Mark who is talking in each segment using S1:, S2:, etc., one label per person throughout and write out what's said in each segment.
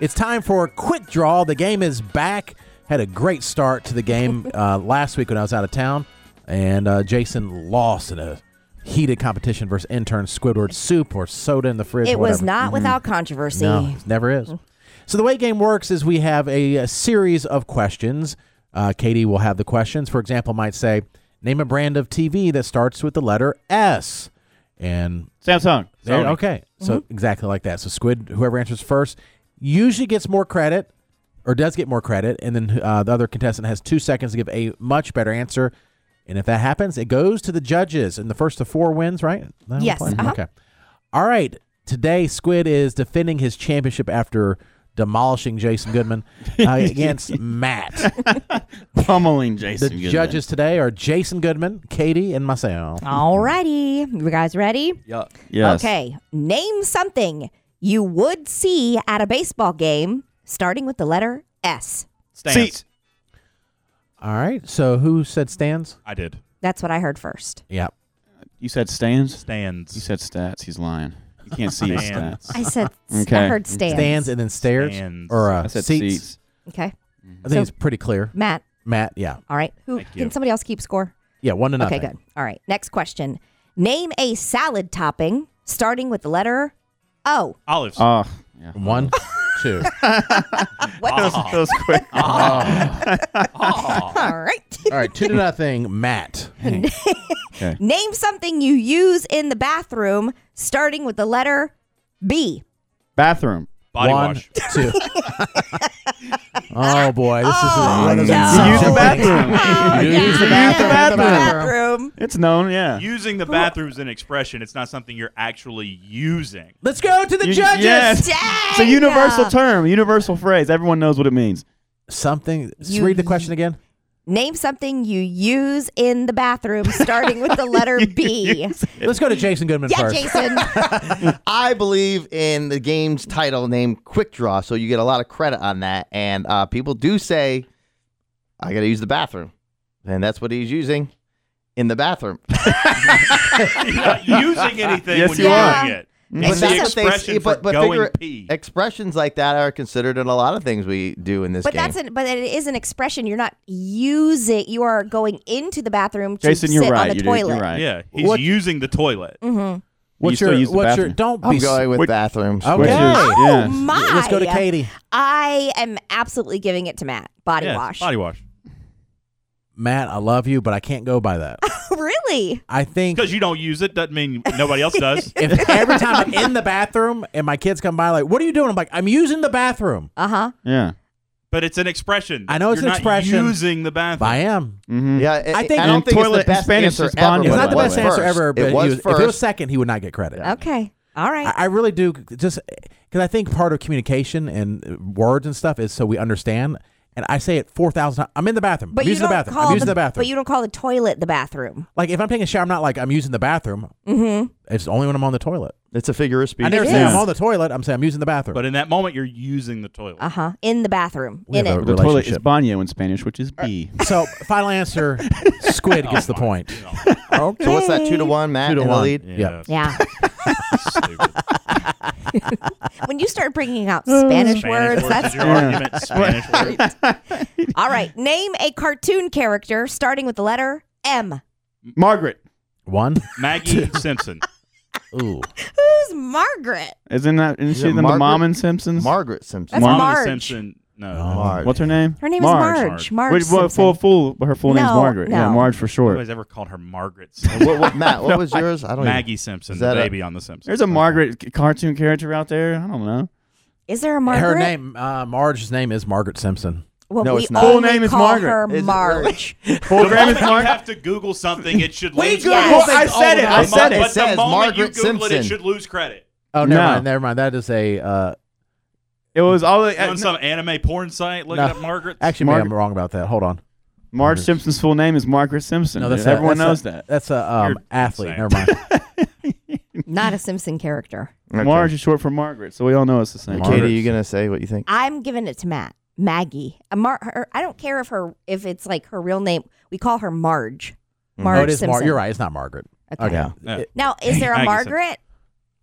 S1: It's time for a quick draw. The game is back. Had a great start to the game uh, last week when I was out of town, and uh, Jason lost in a heated competition versus intern Squidward soup or soda in the fridge.
S2: It
S1: whatever.
S2: was not Mm. without controversy.
S1: No, it never is. So the way game works is we have a, a series of questions. Uh, Katie will have the questions. For example, might say, "Name a brand of TV that starts with the letter S," and
S3: Samsung.
S1: there,
S3: Sony.
S1: okay, so exactly like that. So Squid, whoever answers first, usually gets more credit, or does get more credit, and then uh, the other contestant has two seconds to give a much better answer. And if that happens, it goes to the judges, and the first of four wins, right? Is that how we
S2: Yes,
S1: play?
S2: uh-huh.
S1: Okay. All right. Today, Squid is defending his championship after demolishing Jason Goodman uh, against Matt.
S3: Pummeling
S1: The
S3: Jason. Goodman.
S1: judges today are Jason Goodman, Katie, and myself.
S2: All righty. You guys ready?
S3: Yes.
S2: Okay. Name something you would see at a baseball game starting with the letter S.
S3: Stance.
S4: See-
S1: All right. So, who said stands?
S4: I did.
S2: That's what I heard first.
S1: Yeah.
S3: You said stands. You
S4: Stands.
S3: said stats. He's lying. You can't see his
S4: Stands.
S3: stats.
S2: I said, I
S3: Okay.
S2: heard stands.
S1: Stands and then stairs
S4: Stands.
S1: or uh,
S3: I said
S1: seats.
S3: seats.
S2: Okay.
S1: I think
S2: So-
S1: it's pretty clear.
S2: Matt,
S1: Matt, yeah,
S2: all right. Who
S4: Thank you.
S2: Can somebody else keep score?
S1: yeah, one to nothing.
S2: Okay, good. All right. Next question. Name a salad topping starting with the letter O.
S4: Olives.
S3: Oh, yeah.
S1: One, two.
S4: Oh.
S3: That was quick.
S2: All right.
S1: All right, two to nothing. Matt.
S2: Name something you use in the bathroom starting with the letter B.
S3: Bathroom.
S4: Body
S1: one,
S4: wash.
S1: two. oh boy, this
S2: no.
S1: is.
S3: You
S2: Oh
S3: use the bathroom.
S1: You use the bathroom.
S2: The bathroom.
S3: It's known, yeah.
S4: Using the bathroom is an expression. It's not something you're actually using.
S1: Let's go to the
S3: You-
S1: judges.
S3: yes. It's a
S2: Dang.
S3: universal term, universal phrase. Everyone knows what it means.
S1: Something. just
S2: You-
S1: read the question again.
S2: Name something you use in the bathroom starting with the letter B.
S1: Let's go to Jason Goodman
S2: Yeah,
S1: first.
S2: Jason.
S5: I believe in the game's title named Quick Draw, so you get a lot of credit on that. And uh, people do say, I got to use the bathroom. And that's what he's using in the bathroom.
S4: You're not using anything
S3: Yes,
S4: when
S3: you
S4: you're
S2: are.
S4: doing it.
S3: But
S4: It's
S5: that's
S4: the
S5: what they
S4: expression
S5: say,
S4: for
S5: but- but
S4: going
S5: figure-
S4: pee.
S5: Expressions like that are considered in a lot of things we do in this
S2: But
S5: game.
S2: that's an but it is an expression. You're not using you are going into the bathroom to
S3: Jason,
S2: sit
S3: you're
S2: on
S3: right.
S2: the
S3: You're,
S2: toilet.
S3: you're right.
S4: yeah, he's
S1: What-
S4: using the toilet.
S5: Mm.
S1: What's
S3: You
S1: your?
S3: still use the
S1: what's your?
S3: bathroom.
S1: Don't be.
S5: I'm
S1: s-
S5: going with
S3: Wait.
S5: bathrooms.
S1: Okay.
S3: Which is-
S2: Oh
S3: yeah.
S2: my.
S1: Let's go to Katie.
S2: I am absolutely giving it to Matt. Body
S4: Yeah, it's
S2: wash.
S4: Body wash.
S1: Matt, I love you, but I can't go by that.
S2: really?
S1: I think
S4: Because you don't use it doesn't mean nobody else does.
S1: if every time I'm in the bathroom and my kids come by, like, what are you doing? I'm like, I'm using the bathroom.
S2: Uh huh.
S3: Yeah.
S4: But it's an expression.
S1: I know it's
S4: You're
S1: an
S4: not
S1: expression.
S4: using the
S1: But I
S4: bathroom.
S1: am.
S3: Mm-hmm.
S5: Yeah, it,
S1: I
S5: I,
S1: think-
S5: think I don't think it's
S3: Toilet
S5: the
S3: in
S5: best
S3: Spanish
S5: answer
S3: is
S5: ever.
S3: Spaniel,
S1: It's
S3: By
S1: not
S3: the
S1: the
S3: way.
S1: best answer ever, but
S5: It
S1: he
S5: was
S1: was- if it was
S5: first.
S1: second, he would not get credit.
S2: Okay. All right.
S1: I, I really do just because I think part of communication and uh, words and stuff is so we understand. And I say it four thousand times. I'm in the bathroom.
S2: but
S1: I'm
S2: you
S1: using
S2: don't
S1: the bathroom.
S2: call
S1: I'm using the, bathroom.
S2: But you don't call the toilet the bathroom.
S1: like if I'm taking a shower, I'm not like I'm using the bathroom. Mm-hmm. It's only when I'm on the toilet.
S5: It's a figure of speech.
S1: I never
S2: It
S1: say
S3: is.
S1: I'm on the toilet. I'm saying I'm using the bathroom.
S4: But in that moment, you're using the toilet.
S5: Ah.
S2: Uh huh. In the bathroom.
S1: We
S2: in
S1: have
S2: it.
S1: a
S3: The toilet is
S1: relationship.
S3: baño in Spanish, which is B.
S1: so final answer, Squid gets the point.
S2: Okay.
S5: So what's that, two to one, Matt
S1: Two to
S5: in
S1: one.
S5: the lead?
S1: Yeah.
S2: Yeah.
S4: Stupid.
S2: when you start bringing out Spanish, words,
S4: is
S2: that's
S4: your argument. Spanish words.
S2: all right. Name a cartoon character starting with the letter M.
S3: Margaret.
S1: One.
S4: Maggie Simpson.
S1: Ooh.
S2: Who's Margaret?
S3: Isn't that isn't
S5: Is
S3: she
S5: it
S3: the
S5: Margaret?
S3: mom in Simpsons?
S5: Margaret Simpson.
S2: That's
S3: Marge.
S4: Mama
S2: Marge.
S4: Simpson. No.
S1: Marge.
S3: What's her name?
S2: Her name
S3: Marge.
S2: is Marge. Marge.
S3: Which- well,
S2: Simpson.
S3: full, full, her full name's
S2: No,
S3: Margaret. Yeah,
S2: no.
S3: Marge for short.
S4: Nobody's ever called her Margaret.
S5: And what, what, Matt, what was yours? I don't even-
S4: Maggie Simpson,
S5: Oh, Is
S4: the
S5: that a-
S4: baby on The Simpsons.
S3: There's a Margaret c- cartoon character out there. I don't know.
S2: Is there a Margaret?
S1: Her name, uh, Marge's name is Margaret Simpson.
S2: Well,
S5: No,
S2: we
S5: it's not.
S2: only
S3: Full name is
S2: call
S3: Margaret.
S2: her
S5: Is it really?
S2: Marge.
S3: Full
S1: Oh,
S4: The
S3: gram is
S4: moment you
S3: Margaret.
S4: have to Google something, it should
S1: We
S4: lose
S1: Google
S4: credit.
S3: things I said all it, the I time. said it.
S4: But
S5: It says
S4: the moment you
S5: Margaret
S4: Google it, it
S5: Simpson.
S4: should lose credit.
S1: Oh, never
S3: No.
S1: mind. Never mind. That is a. Uh,
S3: It was all the, uh,
S4: You on some anime porn site looking
S1: No.
S4: up Margaret.
S1: actually, maybe I'm wrong about that. Hold on.
S3: Marge Simpson's full name is Margaret Simpson.
S1: No,
S3: dude.
S1: that's a-
S3: everyone
S1: that's
S3: knows
S1: a-
S3: that.
S1: That's a um,
S4: You're
S1: athlete.
S4: insane.
S1: Never mind.
S2: not a Simpson character.
S5: Okay.
S3: Marge is short for Margaret, so we all know it's the same.
S5: Katie, you gonna say what you think?
S2: I'm giving it to Matt. Maggie. A Mar- her, I don't care if her if it's like her real name. We call her Marge. Marge
S1: oh, it is
S2: Simpson.
S1: Mar- You're right. It's not Margaret.
S2: Okay.
S1: Okay.
S5: Yeah.
S4: Yeah.
S1: It-
S2: Now, is there a
S4: Maggie
S2: Margaret?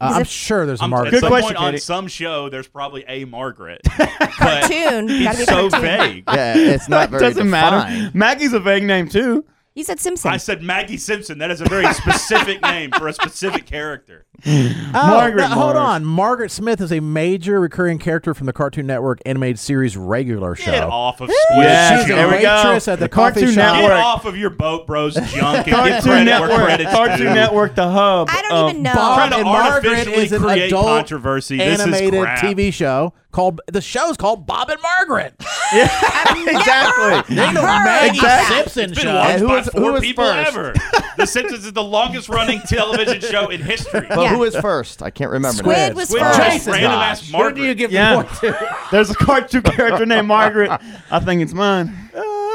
S1: Uh,
S2: Is
S1: I'm
S2: it-
S1: sure there's a
S4: I'm-
S1: Margaret.
S4: At
S3: Good
S4: some
S3: question,
S4: point on
S3: Katie.
S4: some show, there's probably a Margaret. But
S2: Cartoon. Gotta be
S4: it's so
S2: cartoon.
S4: vague.
S5: Yeah, it's not
S3: It
S5: very
S3: doesn't matter.
S5: defined.
S3: Maggie's a vague name too.
S2: You said Simpson.
S4: I said Maggie Simpson. That is a very specific name for a specific character.
S1: Oh,
S3: Margaret
S1: no, hold
S3: Morris.
S1: on. Margaret Smith is a major recurring character from the Cartoon Network animated series regular show.
S4: Get off of Squid.
S3: Yes,
S1: She's
S4: Show.
S1: a
S3: there we go.
S1: waitress at the coffee
S3: Cartoon
S1: shop.
S4: Get
S3: Network.
S4: off of your boat, bros. Junk and get
S3: Cartoon
S4: credit where
S3: Network.
S4: credit's
S3: Cartoon
S4: due.
S3: Network, the hub.
S2: I don't
S3: of
S2: even know.
S1: uh, Bob
S4: Trying to
S1: and Margaret
S4: artificially
S1: is an
S4: create
S1: adult
S4: controversy. This is
S1: animated
S4: crap.
S1: TV show called the show's called Bob and Margaret.
S3: exactly.
S1: They know Maggie
S3: Exactly.
S1: Simpson
S4: It's been
S1: show.
S4: watched
S5: And who
S4: by
S5: was- who
S4: four
S5: was
S4: people
S5: first?
S4: ever. The Simpsons is the longest running television show in history.
S5: But
S2: Yeah.
S5: who was first? I can't remember. now.
S2: Squid was
S4: Squid
S2: first.
S4: Jason,
S1: Jason,
S4: random
S5: gosh.
S4: ass
S1: Where do you
S4: Margaret.
S1: give
S3: Yeah.
S1: the point to?
S3: There's a cartoon character named Margaret. I think it's mine.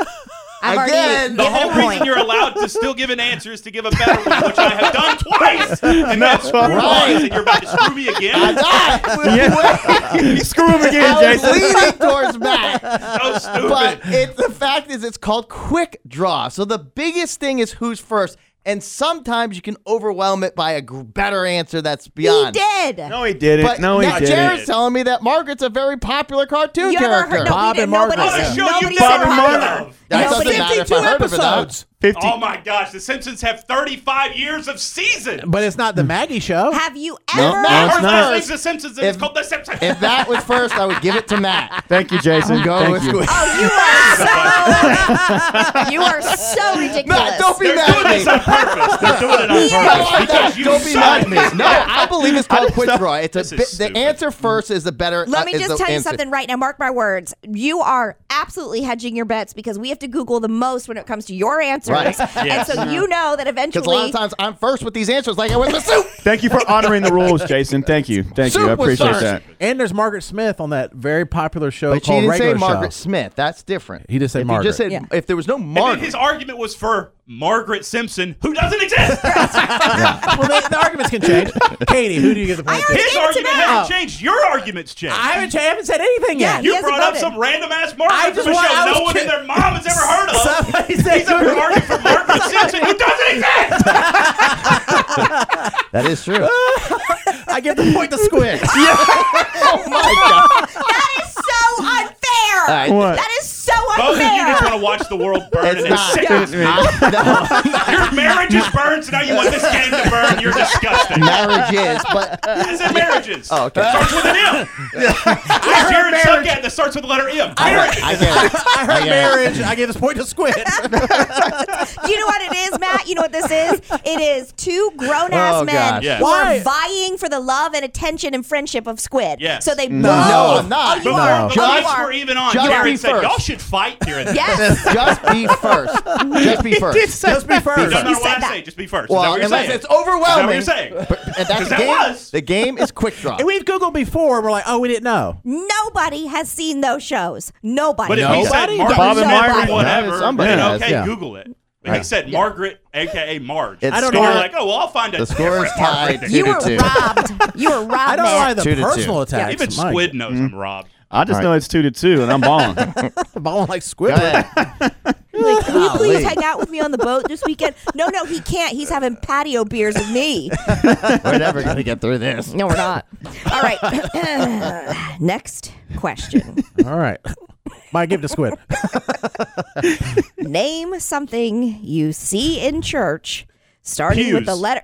S2: I've already
S5: Again, the
S4: The
S2: given
S4: whole
S2: a point.
S4: reason you're allowed to still give an answer is to give a better one, which I have done twice. And that's
S3: right.
S4: wrong. And you're about to screw me again.
S3: Yeah. Screw him again,
S5: I was
S3: Jason.
S5: leaning towards Matt,
S4: So stupid.
S5: but it, the fact is, it's called quick draw. So the biggest thing is who's first, and sometimes you can overwhelm it by a gr- better answer that's
S2: he
S5: beyond.
S2: did.
S3: No, he didn't.
S5: But
S3: no, he
S5: now
S3: didn't.
S5: Jared's telling me that Margaret's a very popular cartoon
S2: you ever
S5: character.
S2: heard? No,
S1: Bob
S2: he
S1: and
S2: didn't. Nobody
S1: Margaret.
S4: a
S2: said.
S4: show
S2: Nobody
S3: Bob
S4: you've
S2: said
S3: and
S2: Bob.
S4: never heard of.
S5: that
S2: Nobody-
S5: doesn't matter if I
S1: 52
S5: heard of it or not.
S1: episodes.
S3: Fifty.
S4: Oh my gosh, The Simpsons have 35 years of season.
S1: But it's not the
S5: Hmm.
S1: Maggie show.
S2: Have you
S5: No,
S2: ever?
S5: no,
S4: Our
S5: it's
S4: last
S5: not.
S4: name's The Simpsons, and it's
S5: If-
S4: called The Simpsons.
S5: If that was first, I would give it to Matt.
S3: Thank you, Jason.
S5: Go
S3: Thank
S5: with
S3: you.
S5: Squid.
S2: Oh, you are so. you are so ridiculous.
S5: Matt, don't be
S4: They're
S5: mad
S4: doing
S5: at me.
S4: this on purpose. They're doing it on
S5: No,
S4: purpose.
S5: I'm
S4: because
S5: not.
S4: you
S5: Don't be
S4: suck.
S5: mad at me. No, I believe it's called quick draw. It's a
S4: This is
S5: bit, the
S4: stupid.
S5: answer first is the better.
S2: Let
S5: uh,
S2: me
S5: is
S2: just
S5: the
S2: tell you
S5: answer.
S2: something right now. Mark my words. You are absolutely hedging your bets because we have to Google the most when it comes to your answers.
S5: Right. Mm-hmm.
S2: And
S4: Yes.
S2: so you know that
S5: Because a lot
S2: eventually
S5: of times I'm first with these answers, like I went with soup.
S3: Thank you for honoring the rules, Jason. Thank you. Thank you. I
S5: Soup was
S3: appreciate
S5: first.
S3: that.
S1: and there's Margaret Smith on that very popular show
S5: But she
S1: called
S5: didn't say
S1: Regular
S5: Margaret
S1: Show.
S5: Smith. That's different.
S1: He just said
S5: if
S1: Margaret.
S5: You just said
S2: Yeah.
S5: if there was no
S4: And then
S5: Margaret.
S4: his argument was for Margaret Simpson, who doesn't exist.
S1: well, the, the arguments can change. Katie, who do you give the point to?
S4: His
S2: It's
S4: argument
S2: about-
S4: hasn't changed. Your argument's changed.
S1: I haven't, I haven't said anything
S2: Yeah,
S1: yet.
S2: he
S4: you
S2: hasn't
S4: brought up
S2: voted.
S4: some random ass Margaret
S1: I just
S4: from a
S1: want- I
S4: show
S1: was
S4: no one
S1: kid-
S4: and their mom has ever heard of.
S1: Somebody said
S4: He's over arguing for Margaret Simpson, who doesn't exist.
S5: that is true.
S4: Ah,
S1: I give the point to Squid.
S5: oh my god!
S2: that is so unfair.
S5: right.
S3: What?
S2: That is so
S4: Both of you
S2: unfair.
S4: just want to watch the world burn.
S5: It's
S4: and
S5: not.
S4: sick.
S3: It's not.
S5: No,
S4: Your marriage is burned, so now you want this game to burn. You're disgusting.
S5: marriage is, but
S4: I said marriages.
S5: Oh, okay.
S4: Starts with an M. Where's Jared Suggat that starts with the letter M? Marriage.
S5: I get it.
S1: I heard
S5: Yeah.
S1: marriage. I gave this point to Squid.
S2: Do you know what it is, Matt? You know what this is? It is two grown ass
S5: Oh,
S2: men
S5: gosh.
S4: Yeah.
S2: who are
S1: Why?
S2: vying for the love and attention and friendship of Squid.
S4: Yes.
S2: So they both.
S5: No, I'm
S2: Oh,
S5: not.
S2: you
S4: Before
S2: are.
S4: the
S2: Oh,
S5: Just-
S2: you
S4: lights
S2: are.
S4: were even on,
S5: Just be
S4: Jared said,
S5: first.
S4: y'all should fight here. and there."
S2: Yes.
S5: Just be first. Just be first.
S1: Just be first.
S4: No matter
S2: said
S4: what I
S2: that.
S4: say, just be first.
S5: Well,
S4: is that what you're
S5: unless
S4: saying?
S5: it's overwhelming.
S4: Is that what you're saying?
S5: But- and that's
S4: 'Cause
S5: the
S4: that
S5: game.
S4: was.
S5: The game is quick draw.
S1: And we've Googled before. and We're like, oh, we didn't know.
S2: Nobody has seen those shows. Nobody.
S4: But if he said
S1: Nobody
S4: Margaret
S3: Bob and
S4: Simpson,
S3: Margaret.
S4: whatever,
S5: Somebody
S4: then
S5: has,
S4: okay,
S1: yeah.
S4: Google it. But he said Margaret, a.k.a. Marge.
S5: It's
S4: I don't
S1: score-
S4: know. like, oh, well, I'll find a
S5: The score
S4: different
S5: is tied
S4: Margaret.
S5: two
S2: you were
S5: to two.
S2: robbed. You were robbed.
S1: I don't know why
S2: Matt.
S1: the
S5: Two to two.
S1: personal attacks.
S4: Even
S1: Mike.
S4: Squid knows I'm robbed.
S3: I just know it's two to two, and I'm balling.
S1: Balling like
S5: Go
S1: Squid.
S5: ahead.
S2: Like, will you please
S5: Golly.
S2: hang out with me on the boat this weekend? No, no, he can't. He's having patio beers with me.
S5: We're never gonna get through this.
S2: No, we're not. All right. Next question.
S1: All right. Mike, give it to Squid.
S2: Name something you see in church starting with the
S4: Pews.
S2: letter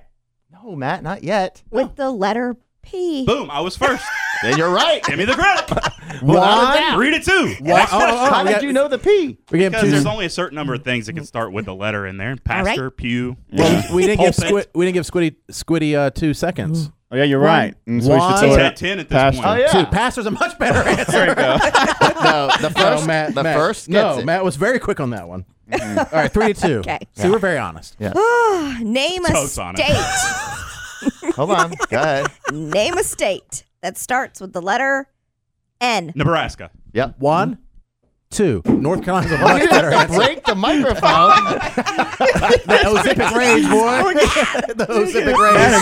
S5: No, Matt, not yet.
S2: with the letter P.
S4: Boom, I was first.
S5: Then you're right.
S4: Give me the credit.
S5: Why?
S4: Read it too.
S1: Why- oh, oh, oh,
S5: How
S1: we
S5: did
S1: got-
S5: you know the P?
S1: We gave
S4: Because
S1: him
S4: there's
S1: two.
S4: only a certain number of things that can start with a letter in there.
S2: right.
S4: Pastor, pew.
S1: Well, we didn't give
S4: Pulpit.
S1: Squid. We didn't give Squiddy Squiddy uh, two seconds.
S2: Mm.
S3: Oh, yeah, you're right. And so we
S1: One.
S3: should throw
S4: It's
S3: it
S4: at 10 at this
S3: past
S4: point.
S3: you.
S5: Oh, yeah.
S1: Two. Pastor's a much better answer.
S3: Oh,
S5: No, the first.
S1: No, Matt,
S5: the
S1: Matt,
S5: first.
S1: No,
S5: Gets it. Mm-hmm.
S1: Matt was very quick on that one. All right, three to two.
S2: Okay.
S1: See, we're very honest. Yeah.
S2: Ah, Name a
S4: Totes on it.
S2: state.
S5: Hold on. Go ahead.
S2: Name a state that starts with the letter N.
S4: Nebraska.
S5: Yep.
S1: One, two. North Carolina's a
S5: Why
S1: much
S5: did you
S1: better
S5: have to
S1: answer.
S5: break the microphone?
S1: The Ozempic range, boy. the Ozempic range.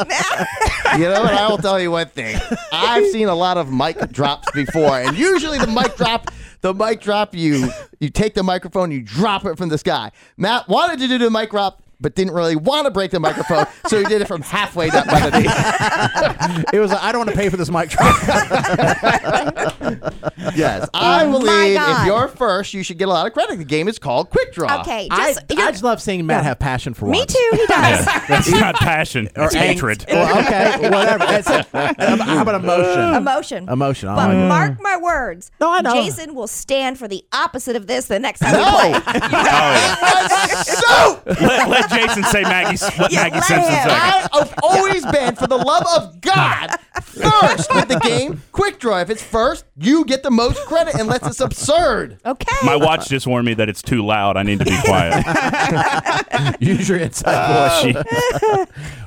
S3: That
S5: you know what? I will tell you one thing. I've seen a lot of mic drops before, and usually the mic drop, the mic drop, you you take the microphone, you drop it from the sky. Matt wanted to do the mic drop. but didn't really want to break the microphone, so he did it from halfway down by the knee.
S1: It was. Like, I don't want to pay for this mic. Trial.
S5: Yes, I
S2: Oh my
S5: believe if
S2: God.
S5: you're first, you should get a lot of credit. The game is called Quick Draw.
S2: Okay,
S1: I,
S2: just
S1: I
S2: you're-
S1: just love seeing Matt have passion for
S2: me
S1: once.
S2: too. He does.
S6: That's not passion. It's
S1: angst.
S6: hatred.
S1: Well, okay, whatever. That's it. Um, How about emotion?
S2: Emotion.
S1: Emotion. oh, I
S2: But
S1: like it.
S2: mark my words.
S1: No, I know.
S2: Jason will stand for the opposite of this the next time
S5: No.
S2: we play.
S5: So
S6: let, let Jason say Maggie's, what
S2: Yeah,
S6: Maggie
S2: let
S6: Simpson
S2: him.
S6: said.
S5: I have always been, for the love of God, first with the game Quick Draw. If it's first, you get the most credit, unless it's absurd.
S2: Okay.
S6: uh, My watch just warned me that it's too loud. I need to be quiet.
S1: Use your
S2: Uh,
S1: inside voice.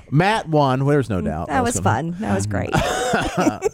S1: Matt won. There's no doubt.
S2: that was
S1: gonna-
S2: fun. That was great.